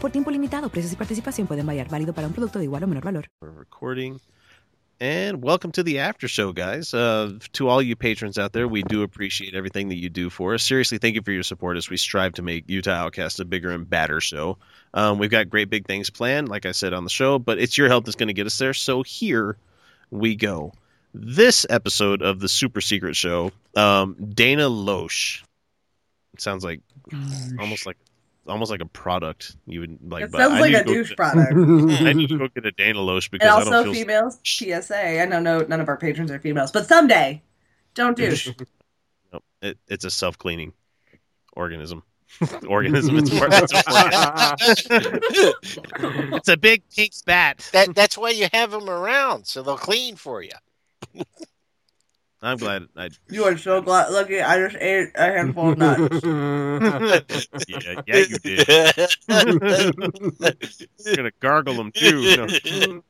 Por tiempo limitado, precios y participación pueden variar. Válido para un producto de igual o menor valor. We're recording. And welcome to the after show, guys. Uh, to all you patrons out there, we do appreciate everything that you do for us. Seriously, thank you for your support as we strive to make Utah Outcast a bigger and badder show. Um, we've got great big things planned, like I said on the show, but it's your help that's going to get us there. So here we go. This episode of the Super Secret Show, um, Dana Loesch. It sounds like almost like almost like a product you would like. It buy. sounds I like need a to go douche get- product. I need to go get a Dana Loesch because and I don't feel also females, PSA. I know no, none of our patrons are females, but someday, don't douche. Nope. It, it's a self cleaning organism. organism. It's, a part- it's, a plant. it's a big pink bat. That that's why you have them around, so they'll clean for you. I'm glad. I, you are so glad. Lucky I just ate a handful of nuts. yeah, yeah, you did. You're gonna gargle them too. No.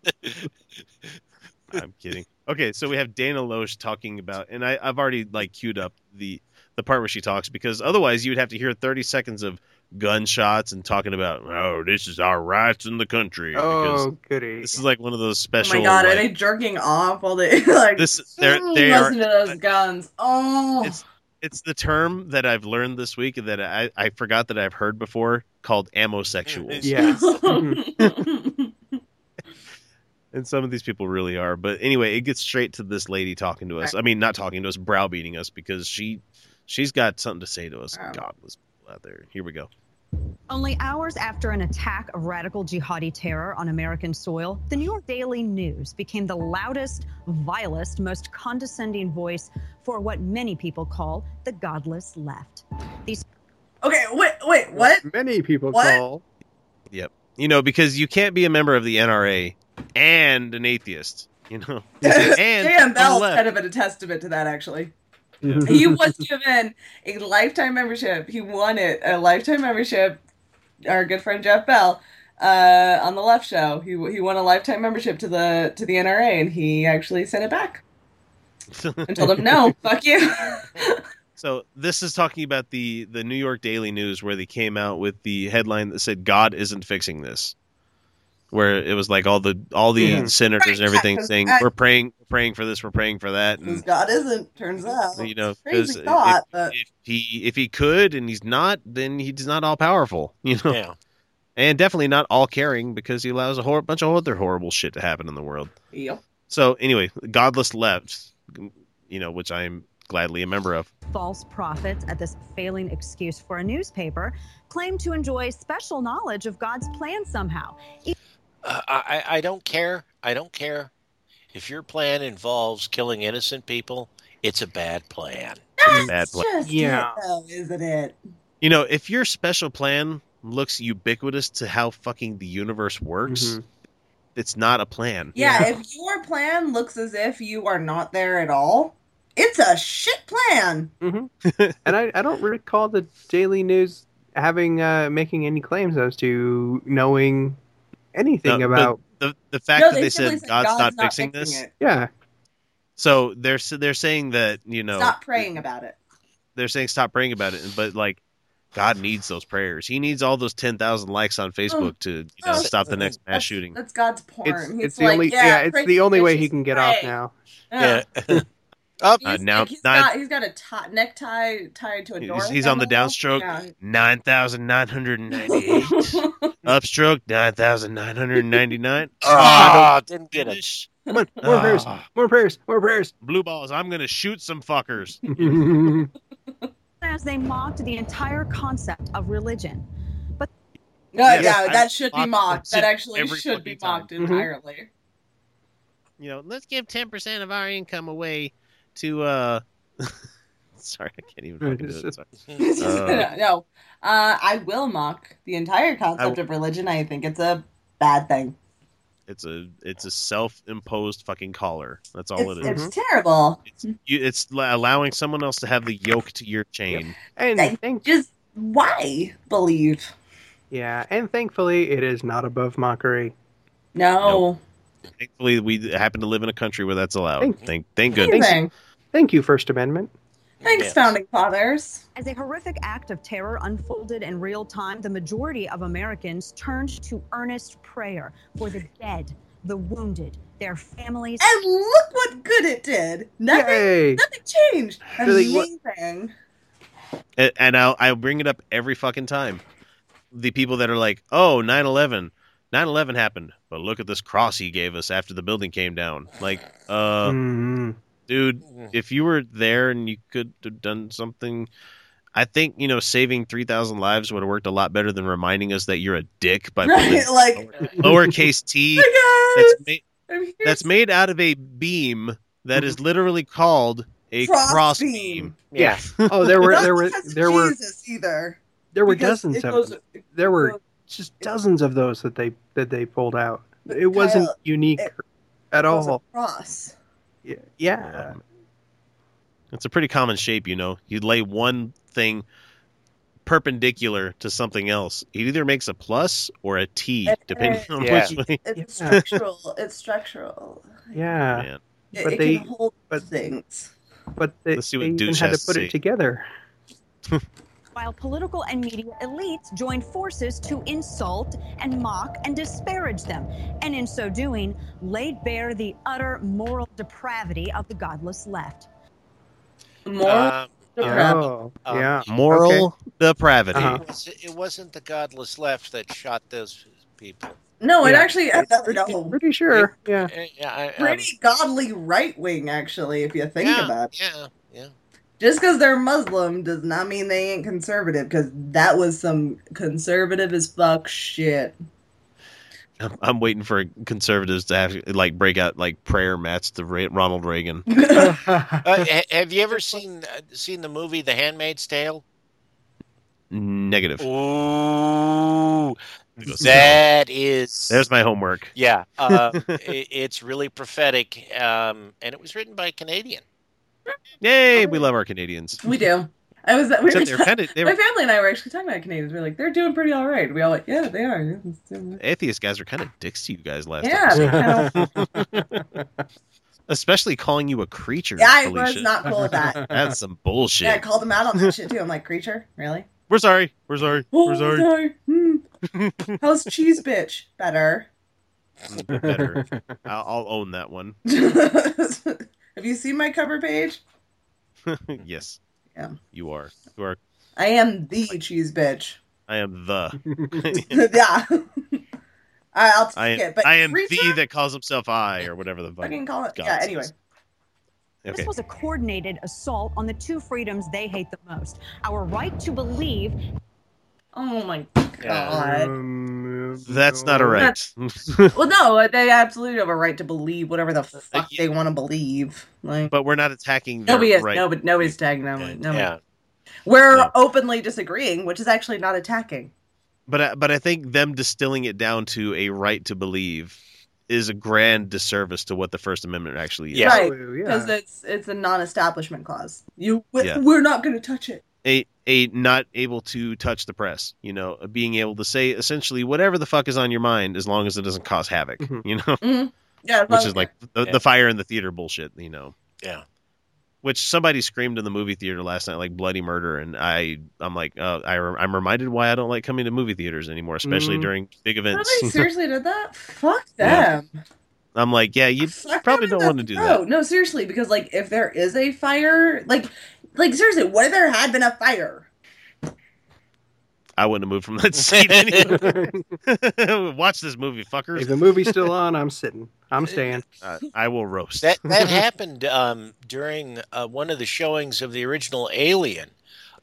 I'm kidding. Okay, so we have Dana Loesch talking about, and I, I've already like queued up the the part where she talks because otherwise you would have to hear 30 seconds of gunshots and talking about, oh, this is our rights in the country. because Oh, goody. this is like one of those Oh special. my god, are like, they jerking off while they like this they're, they are listen to those guns? Oh, it's it's the term that I've learned this week that I, I forgot that I've heard before called amosexual. Yes. And some of these people really are. But anyway, it gets straight to this lady talking to us. I mean, not talking to us, browbeating us because she she's got something to say to us. Wow. Godless people out there. Here we go. Only hours after an attack of radical jihadi terror on American soil, the New York Daily News became the loudest, vilest, most condescending voice for what many people call the godless left. These okay. Wait, wait, what? Many people What? call. You know, because you can't be a member of the NRA and an atheist. You know, and Damn, that on was the kind left. of a testament to that actually. he was given a lifetime membership. He won it a lifetime membership. Our good friend Jeff Bell uh, on the Left Show. He he won a lifetime membership to the to the NRA, and he actually sent it back and told him, "No, fuck you." So this is talking about the the New York Daily News where they came out with the headline that said God isn't fixing this. Where it was like all the all the Yeah. senators and everything Right, saying I- we're praying we're praying for this, we're praying for that Because and God isn't. Turns out, you know, because crazy if, thought, but if he if he could and he's not, then he's not all powerful, you know. Yeah. And definitely not all caring because he allows a whole bunch of other horrible shit to happen in the world. Yep. So anyway, godless left, you know, which I'm gladly a member of. false prophets at this failing excuse for a newspaper claim to enjoy special knowledge of God's plan somehow. Uh, I I don't care. I don't care if your plan involves killing innocent people. It's a bad plan. It's a bad That's plan. just Yeah. it, though, isn't it? You know, if your special plan looks ubiquitous to how fucking the universe works, Mhm. it's not a plan. Yeah, if your plan looks as if you are not there at all, it's a shit plan. And I, I don't recall the Daily News having uh, making any claims as to knowing anything No, but- about. The, the fact No, that they, simply said God's, not, fixing, this, it. Yeah. so they're s- they're saying that you know Stop praying about it. They're saying stop praying about it, but like God needs those prayers. He needs all those ten thousand likes on Facebook to you know, oh, stop the next mass That's- shooting. That's God's porn. It's, He's it's the like, only yeah, it's pray the only way he bitches, can get pray. off now. Yeah. He's, Uh, now- he's, now- got, he's got a ti- necktie tied to a door. He's, he's on the handle. downstroke, Yeah. nine thousand nine hundred ninety-eight. Upstroke, nine thousand nine hundred ninety-nine. Ah, didn't get it. Come on, more Ah. prayers, more prayers, more prayers. Blue balls. I'm gonna shoot some fuckers. As they mocked the entire concept of religion. No, Yes, yeah, I that should be mocked mocked. That it actually every should be fucking time. Mm-hmm. mocked Mhm. entirely. you know, let's give ten percent of our income away to uh sorry, I can't even fucking do it. Sorry. Uh, no, uh, I will mock the entire concept I- of religion. I think it's a bad thing. It's a it's a self-imposed fucking collar. That's all it's, it Mm-hmm. is. it's terrible. You, it's l- allowing someone else to have the yoke to your chain. And Thank- thank Just why believe? yeah, and thankfully it is not above mockery. No. Thankfully, we happen to live in a country where that's allowed. Thank- Thank thank goodness. Amazing. Thank you, First Amendment. Thanks, Yes. founding fathers. As a horrific act of terror unfolded in real time, the majority of Americans turned to earnest prayer for the dead, the wounded, their families. And look what good it did. Nothing, Yay! nothing changed. Really, what- Amazing. A- and I'll, I'll bring it up every fucking time. The people that are like, oh, 9 11. 9 11 happened, but look at this cross he gave us after the building came down. Like, uh, Mm. dude, Mm-hmm. if you were there and you could have done something, I think, you know, saving 3,000 lives would have worked a lot better than reminding us that you're a dick by Right, putting like, lowercase t "Hey, that's, guys, ma- I'm here that's made out of a beam that is literally called a Cross cross, beam. beam. Yeah. Oh, there were Not there were because of there were Jesus either. there were because dozens it of goes- them. it There were goes- just dozens of those that they that they pulled out. It wasn't Kyle, unique it at goes all. across. Yeah, yeah. It's a pretty common shape, you know. You lay one thing perpendicular to something else. It either makes a plus or a T, depending on Yeah. which way. It's Yeah. structural. It's structural. yeah. Man. It, But it they- can hold but- things. But they, Let's see what they even had to Duchess put say. it together. while political and media elites joined forces to insult and mock and disparage them, and in so doing, laid bare the utter moral depravity of the godless left. More Um, Yeah. Oh, Um, yeah. Moral depravity. Uh-huh. it, was, it wasn't the godless left that shot those people. No, Oh, it Yeah. actually I thought that was Pretty sure. Yeah. Uh, Yeah, I, pretty godly right wing actually, if you um, think yeah, about it. yeah, yeah. Just because they're Muslim does not mean they ain't conservative, because that was some conservative as fuck shit. I'm, I'm waiting for conservatives to have like break out like prayer mats to Ra- Ronald Reagan. Uh, ha- have you ever seen uh, seen the movie The Handmaid's Tale? Negative. Ooh, that is There's my homework. yeah. Uh, i it's really prophetic, um, and it was written by a Canadian. Yay, we love our Canadians. we do. I was we were Except they're kind of they my were family and I were actually talking about Canadians. We are like, they're doing pretty all right. We all like, yeah, they are. atheist guys are kind of dicks to you guys last Yeah, time. they kind of, Especially calling you a creature. yeah, I Felicia. was not cool with that. That's some bullshit. Yeah, I called them out on that shit too. I'm like, creature, really? Oh, We're sorry. We're sorry. We're sorry. sorry. Hmm. How's cheese, bitch? Better. Better. I'll, I'll own that one. Have you seen my cover page? yes. Yeah. You are. You are. I am the cheese bitch. I am the. yeah. I, I'll take I am. it. But I am creature? the that calls himself I or whatever the fuck. Fucking call it. God yeah. says. Anyway, Okay. This was a coordinated assault on the two freedoms they hate the most our right to believe Oh my Yeah. god. Um, That's not a right. well, no, they absolutely have a right to believe whatever the fuck yeah. they want to believe. Like but we're not attacking. Their nobody is. right. No, but nobody's tagging them. Yeah. No, yeah, we're No. openly disagreeing, which is actually not attacking. But I, but I think them distilling it down to a right to believe is a grand disservice to what the First Amendment actually is. Yeah. Right. oh, Yeah. Because it's it's a non-establishment clause. You, we, Yeah. we're not going to touch it. a a not able to touch the press, you know, being able to say essentially whatever the fuck is on your mind as long as it doesn't cause havoc, Mhm. you know, Yeah, which but- is like the, Mm-hmm. Yeah. the fire in the theater bullshit, you know, yeah. which somebody screamed in the movie theater last night like bloody murder, and I I'm like uh, I re- I'm reminded why I don't like coming to movie theaters anymore, especially Mm-hmm. Mm. during big Nobody events. seriously did that. Fuck Yeah. them. I'm like, yeah, you Suck probably don't them in the want to do throat. that. No, seriously, because like if there is a fire, like like seriously, what if there had been a fire? I wouldn't have moved from that seat. anyway. Watch this movie, if fuckers. the movie's still on, I'm sitting. I'm staying. Uh, I will roast. That that happened um, during uh, one of the showings of the original Alien.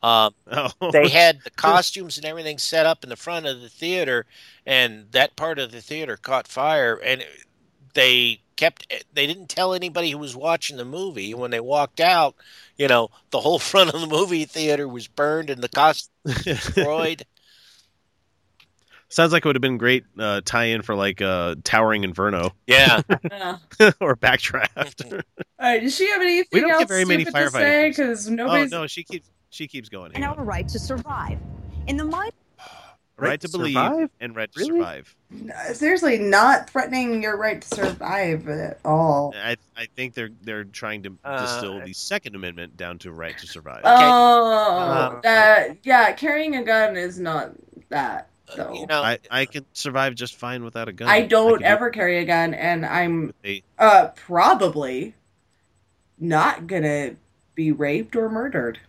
Um, oh. they had the costumes and everything set up in the front of the theater and that part of the theater caught fire and it- they kept they didn't tell anybody who was watching the movie when they walked out you know the whole front of the movie theater was burned and the costumes destroyed Sounds like it would have been great uh, tie-in for like uh, Towering Inferno Yeah. Yeah. or Backdraft. Oh, All right. Uh, Does she have anything We don't get else very many stupid to firefighting say? things. Because oh nobody's. no, she keeps she keeps going. and Hang on. our right to survive. In the mind, Right, to believe survive? and right to Really? survive. Seriously, not threatening your right to survive at all. I I think they're they're trying to Uh, distill the Second Amendment down to right to survive. Oh, Uh, that yeah, carrying a gun is not that. Uh, though. you know, I I can survive just fine without a gun. I don't can do ever carry a gun, and I'm with a- uh probably not gonna be raped or murdered.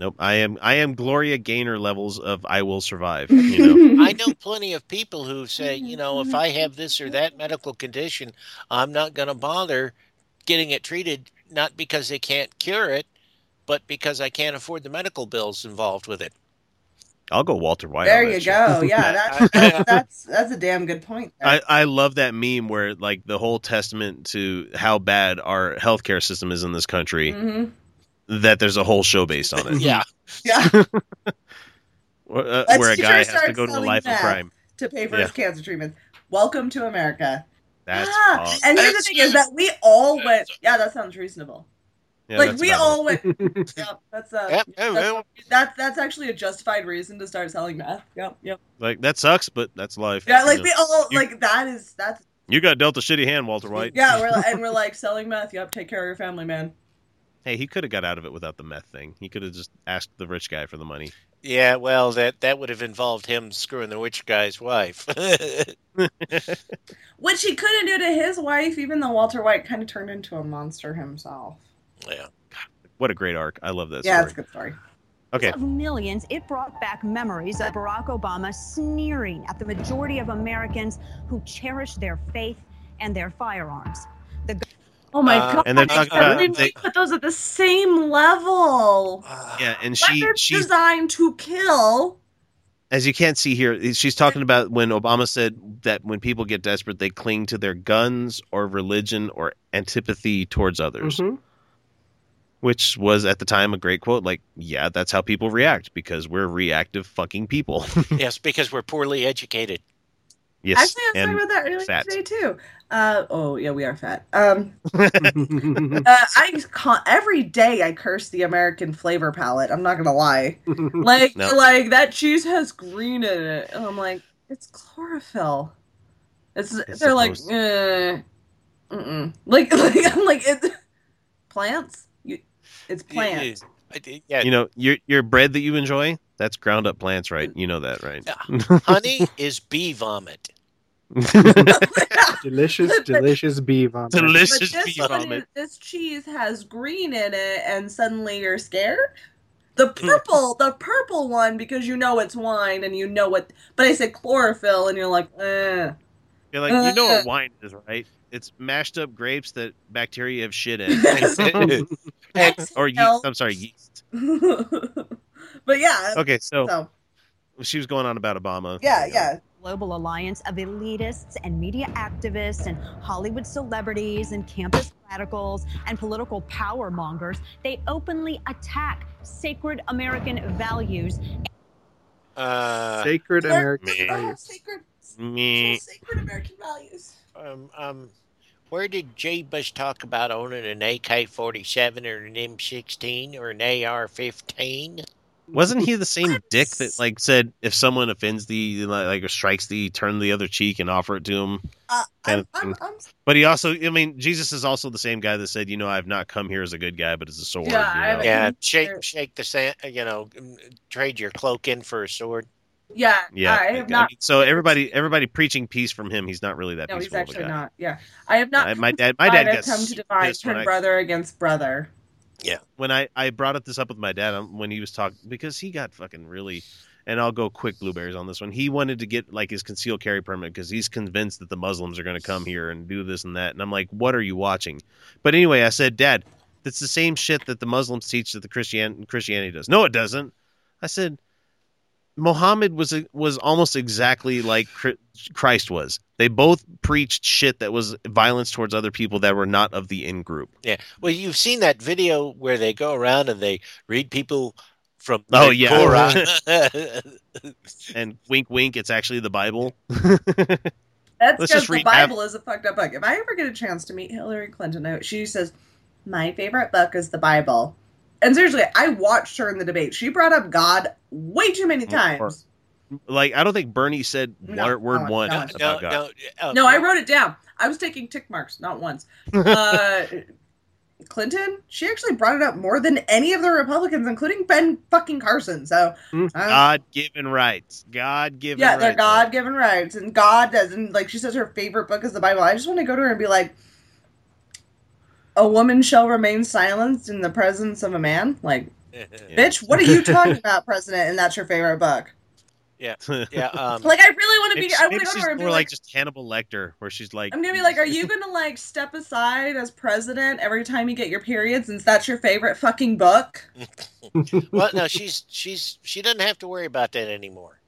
Nope. I am I am Gloria Gaynor levels of I will survive. You know. I know plenty of people who say, you know, if I have this or that medical condition, I'm not going to bother getting it treated, not because they can't cure it, but because I can't afford the medical bills involved with it. I'll go Walter White. on there that you shit. go. Yeah, I- that's, I- that's that's that's a damn good point. There. I, I love that meme where like the whole testament to how bad our healthcare system is in this country Mhm. that there's a whole show based on it. Yeah. Yeah, Where, uh, Let's where a see her guy has to start go to the selling life meth. of crime. to pay for Yeah. his cancer treatment. Welcome to America. That's Ah, awesome. and here's the thing is that we all went. Yeah, that sounds reasonable. Yeah, like that's we about it. all went. Yep, Uh, that's a. Yep, oh, yep, yep. That that's actually a justified reason to start selling meth. Yep, yep. like that sucks, but that's life. Yeah, you like know. we all You- like that is that's You got dealt a shitty hand, Walter White. yeah. We're and we're like selling meth. Yep, take care of your family, man. Hey, he could have got out of it without the meth thing. He could have just asked the rich guy for the money. Yeah, well, that that would have involved him screwing the witch guy's wife. Which he couldn't do to his wife, even though Walter White kind of turned into a monster himself. yeah. What a great arc. I love that yeah, story. it's a good story. Okay. of millions, it brought back memories of Barack Obama sneering at the majority of Americans who cherish their faith and their firearms. Oh my Uh, god! and they're talking I about- didn't they- put those at the same level. Yeah, and She, she she designed to kill. as you can't see here, she's talking about when Obama said that when people get desperate, they cling to their guns or religion or antipathy towards others, Mhm. Mm-hmm. which was at the time a great quote. Like, yeah, that's how people react because we're reactive fucking people. yes, because we're poorly educated. yes, Actually, I was talking and- about that earlier fat. today too. Uh, oh yeah, we are fat. Um, Mhm. uh, I con- every day I curse the American flavor palette. I'm not gonna lie. Mm-hmm. Like No. like that cheese has green in it, and I'm like, it's chlorophyll. It's, It's they're like, supposed- eh, mm-mm. like like I'm like it's plants. You, it's plants. I did- Yeah, you know your your bread that you enjoy. That's ground up plants, right? Mm. You know that, right? honey is bee vomit. delicious, delicious bee vomit. But Delicious this, bee one vomit. is- this cheese has green in it, and suddenly you're scared. The Hmm. purple, the purple one, because you know it's wine, and you know what. But I said chlorophyll, and you're like, eh. You're like, you know Uh, what wine is, right? It's mashed up grapes that bacteria have shit in, or yeast. I'm sorry, yeast. but yeah. Okay, so So she was going on about Obama. yeah, yeah. Global alliance of elitists and media activists and Hollywood celebrities and campus radicals and political power mongers, they openly attack sacred American values Uh, Sacred They're- American they're all values. sacred, Me. all sacred American values. um, um, where did Jay Bush talk about owning an AK-47 or an M16 or an AR-15? Wasn't he the same dick that like said if someone offends thee, like, like, or strikes thee, turn the other cheek and offer it to him? Uh, Kind I'm, of I'm, thing. I'm, But he also, I mean, Jesus is also the same guy that said, you know, I've not come here as a good guy, but as a sword. you Yeah, I know? haven't- Yeah, Mhm. shake, shake the sand. uh, You know, mm, trade your cloak in for a sword. yeah, Yeah, I like, have I not. mean, so everybody, everybody preaching peace from him. He's not really that. No, he's peaceful actually of a guy. not. Yeah, I have not. I- come my to dad- my divide, dad I've gets come to divide, pissed when turn I- brother against brother. when I, I brought up this up with my dad um, when he was talking because he got fucking really and I'll go quick blueberries on this one. He wanted to get like his concealed carry permit because he's convinced that the Muslims are going to come here and do this and that. And I'm like, what are you watching? But anyway, I said, Dad, that's the same shit that the Muslims teach that the Christian Christianity does. No, it doesn't. I said, Mohammed was was almost exactly like Chri- Christ was. They both preached shit that was violence towards other people that were not of the in group. Yeah. Well, you've seen that video where they go around and they read people from Oh, yeah. Korah. and wink, wink. It's actually the Bible. That's Let's because just the read Bible is a fucked up book. If I ever get a chance to meet Hillary Clinton, I, she says, My favorite book is the Bible. And seriously, I watched her in the debate. She brought up God way too many Mm, times. Like I don't think Bernie said No, word, word no, one no, about no, God. no, uh, No, I wrote it down. I was taking tick marks, not once. Uh, Clinton, she actually brought it up more than any of the Republicans, including Ben fucking Carson. So, Mm. uh, God given rights. God given. yeah, they're rights. God given rights. And God doesn't, like, she says her favorite book is the Bible. I just want to go to her and be like, a woman shall remain silenced in the presence of a man. Like, bitch, what are you talking about, President? And that's your favorite book. yeah, um, Like, I really want to Maybe, be, I maybe want to go to she's her and be more like like, just Hannibal Lecter, where she's like, I'm gonna be like, are you gonna like step aside as president every time you get your period since that's your favorite fucking book? well, no, she's she's she doesn't have to worry about that anymore.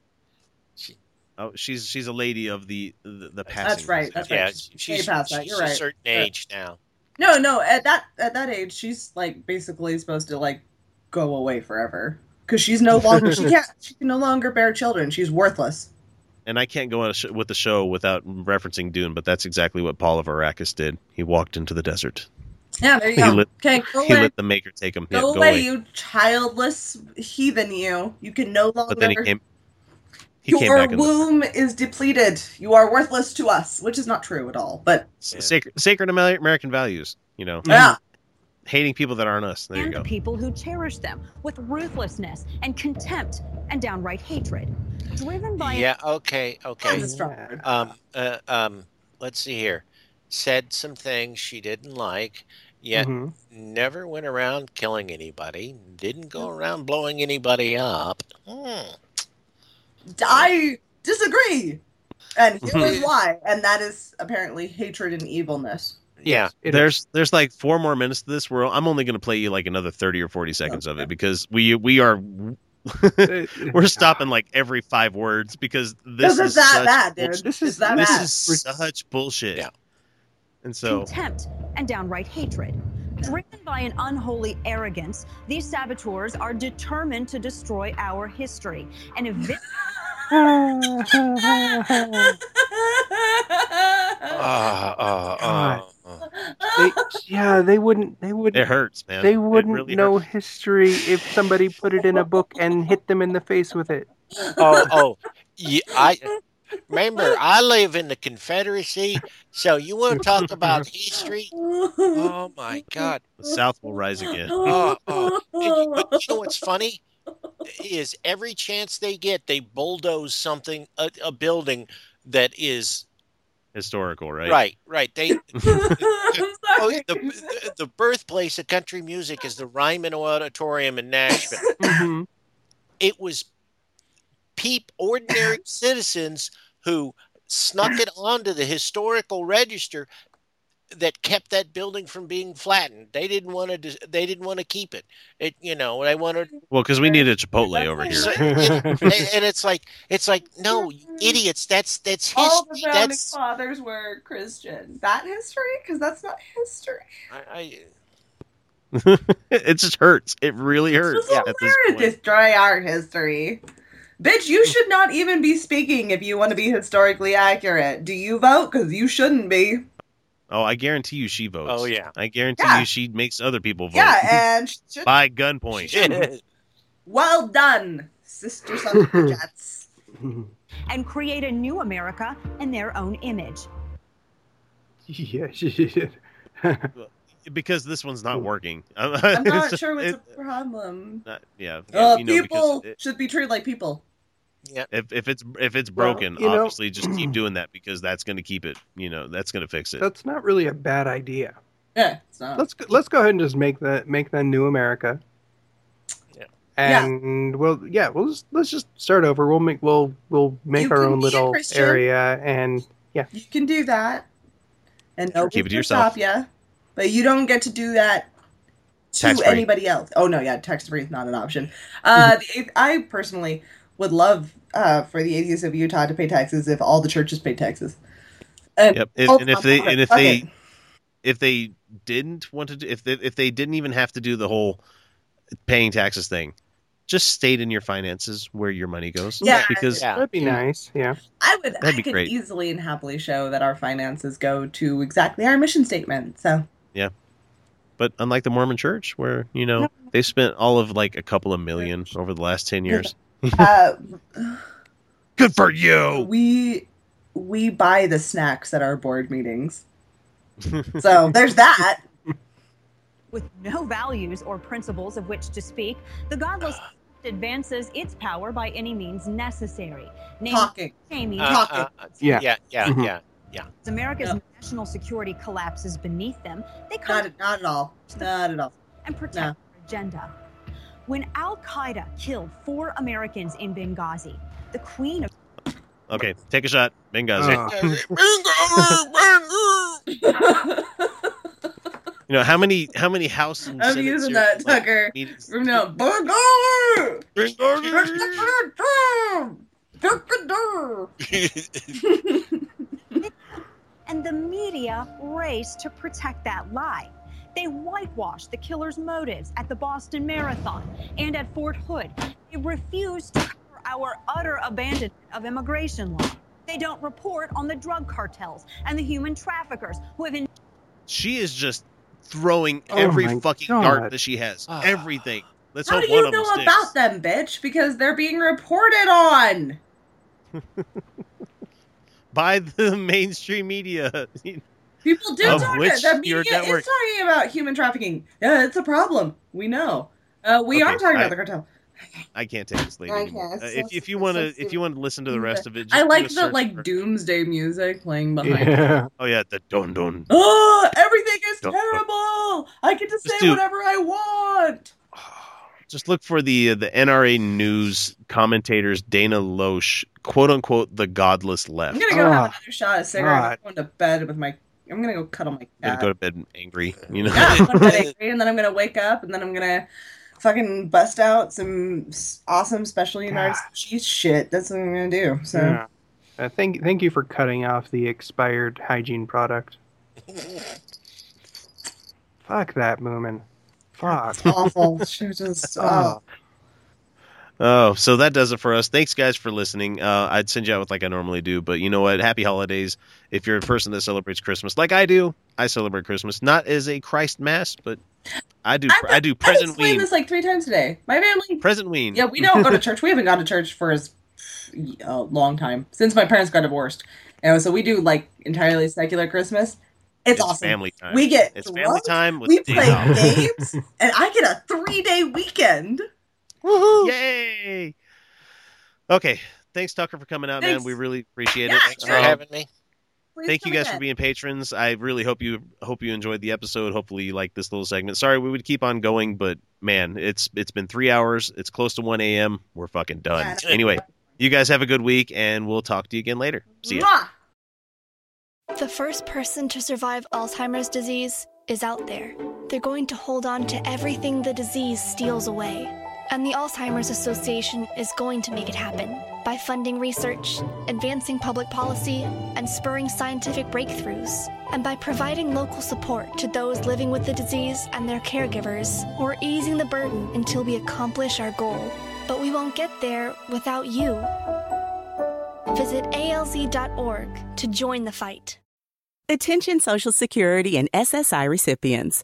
Oh, she's she's a lady of the the, the passing. That's right, that's Yeah, right. she's, past that, she's you're a right. certain Sure. age now. No, no. At that at that age, she's like basically supposed to like go away forever because she's no longer she can't she can no longer bear children. She's worthless. And I can't go on a sh- with the show without referencing Dune, but that's exactly what Paul of Arrakis did. He walked into the desert. Yeah, there you He go. lit- okay, go He away. let the Maker take him. Yeah, go, away, you childless heathen. You you can no longer. But then he came. He came your back. In the, womb is depleted. You are worthless to us, which is not true at all. But ah, Yeah. sacred, sacred Amer- American values. You know, yeah, hating people that aren't us. There you and the go. people who cherish them with ruthlessness and contempt and downright hatred. Driven by Yeah. Okay. that's Okay. a strong word. Um. Uh, um. Let's see here. Said some things she didn't like. Yet Mhm. never went around killing anybody. Didn't go around blowing anybody up. Hmm. I disagree. And here is why. And that is apparently hatred and evilness. Yeah. It there's there's like four more minutes to this. Where I'm only going to play you like another thirty or forty seconds of it because we we are is. we're stopping like every five words because this This is is that such bad, dude. bullshit. This Is is that This bad? is such bullshit. Yeah. And so contempt and downright hatred. Driven by an unholy arrogance, these saboteurs are determined to destroy our history and evict Ah, ah, ah, ah. They- yeah, they wouldn't. They it wouldn't. hurts, man. They It wouldn't really know hurts. history if somebody put it in a book and hit them in the face with it. oh, oh, yeah, I remember. I live in the Confederacy, so you want to talk about history? Oh my God! The South will rise again. Oh, oh. And you, but you know what's funny is every chance they get, they bulldoze something, a, a building that is Historical, right? right, right. They I'm oh, sorry. the, the the birthplace of country music is the Ryman Auditorium in Nashville. Mhm. it was peep ordinary citizens who snuck it onto the historical register that kept that building from being flattened. They didn't want to. They didn't want to keep it. It you know they wanted. Well, because we need a Chipotle over here. So, and it's like it's like no you idiots. That's that's All the history. founding That's fathers were Christian. That history? Because that's not history. I, I, it just hurts. It really This hurts. is at this weird. point. Destroy our history. Bitch, you should not even be speaking if you want to be historically accurate. Do you vote? Because you shouldn't be. Oh, I guarantee you she votes. Oh, yeah. I guarantee Yeah. you she makes other people vote Yeah, and she should by gunpoint. Well done, sister suffragettes. and create a new America in their own image. yeah, shit. because this one's not working. I'm not sure what's the problem. yeah. Uh, you know, because people it- should be treated like people. if if it's if it's Well, broken, you know- obviously just keep doing that because that's going to keep it. You know, that's going to fix it. That's not really a bad idea. Yeah, it's not. Let's go, let's go ahead and just make that make that new America. Yeah. And we'll yeah, we'll just let's just start over. We'll make we'll we'll make You our can own be a little Christian. area and you can do that, and nobody Keep it to can yourself. stop you. But you don't get to do that to Tax-free. anybody else. Oh no, yeah, tax free is not an option. Uh, the Mm-hmm. eighth- I personally would love uh, for the atheists of Utah to pay taxes if all the churches paid taxes. And, Yep. And, oh, and if fuck they it, and if fuck they it. if they didn't want to do, if they if they didn't even have to do the whole paying taxes thing, just state in your finances where your money goes. Yeah. Because Yeah. That'd be nice. Yeah. I would. That'd I be could great. easily and happily show that our finances go to exactly our mission statement. So but unlike the Mormon church where, you know, they spent all of like a couple of million over the last 10 years. uh, Good for you. we we buy the snacks at our board meetings. So there's that. With no values or principles of which to speak, the godless advances its power by any means necessary. Namely, Talking. Jamie, Uh, uh, uh, Yeah. yeah, yeah, Mhm. yeah. as America's No. national security collapses beneath them, they come Not not at all. Not at all. and protect No. their agenda. When Al Qaeda killed four Americans in Benghazi, the Queen of Okay, take a shot. Benghazi. Oh. You know, how many how many house and I'm Senate using series, that, like, Tucker. meetings- From now, burger. and the media raced to protect that lie. They whitewashed the killer's motives at the Boston Marathon and at Fort Hood. They refuse to cover our utter abandonment of immigration law. They don't report on the drug cartels and the human traffickers who have She is just throwing Oh every my fucking God. dart that she has. Ah. Everything. Let's How hope do one you of them know sticks. about them, bitch? Because they're being reported on. By the mainstream media. People do Of talk which about the your media network- is talking about human trafficking. Yeah, it's a problem. We know. Uh, we Okay, are talking I- about the cartel. I can't take this lady. Okay, anymore. it's Uh, so- if, if you it's want so to, if stupid. you want to listen to the rest of it, just I do a like the search like for- doomsday music playing behind. Yeah. Oh yeah, the don don. Oh, everything is Don't- terrible. I can just, Just say do- whatever I want. Just look for the uh, the NRA news commentators Dana Loesch, quote unquote, the godless left. I'm gonna go have Ah, another shot of cigarette. God. I'm going to bed with my. I'm gonna go cuddle my I'm cat. gonna go to bed angry. You know, Yeah, I'm gonna go to bed angry, and then I'm gonna wake up, and then I'm gonna fucking bust out some s- awesome special United God. cheese shit. That's what I'm gonna do. So. Yeah. Uh, thank, thank you for cutting off the expired hygiene product. Fuck that, Moomin. Fuck. awful. She was just Ah. oh. Oh, so that does it for us. Thanks, guys, for listening. Uh, I'd send you out with like I normally do, but you know what? Happy holidays. If you're a person that celebrates Christmas, like I do, I celebrate Christmas not as a Christ mass, but I do. I've- I, do I've present explained ween. this like three times today. My family. Present ween. Yeah, we don't go to church. We haven't gone to church for as a long time since my parents got divorced. And so we do like entirely secular Christmas. It's, It's awesome. family time. We get it's drunk, family time with We Dave play Allen. games, and I get a three-day weekend. Yay! Okay. Thanks, Tucker, for coming out, Thanks. man. We really appreciate Yeah, it. Thanks for Um, having me. Please thank come you guys again. for being patrons. I really hope you hope you enjoyed the episode. Hopefully, you liked this little segment. Sorry, we would keep on going, but man, it's it's been three hours. It's close to one a.m. We're fucking done. Yeah. Anyway, you guys have a good week, and we'll talk to you again later. See ya. Mwah! The first person to survive Alzheimer's disease is out there. They're going to hold on to everything the disease steals away. And the Alzheimer's Association is going to make it happen by funding research, advancing public policy, and spurring scientific breakthroughs, and by providing local support to those living with the disease and their caregivers, who are easing the burden until we accomplish our goal. But we won't get there without you. Visit alz.org to join the fight. Attention Social Security and SSI recipients.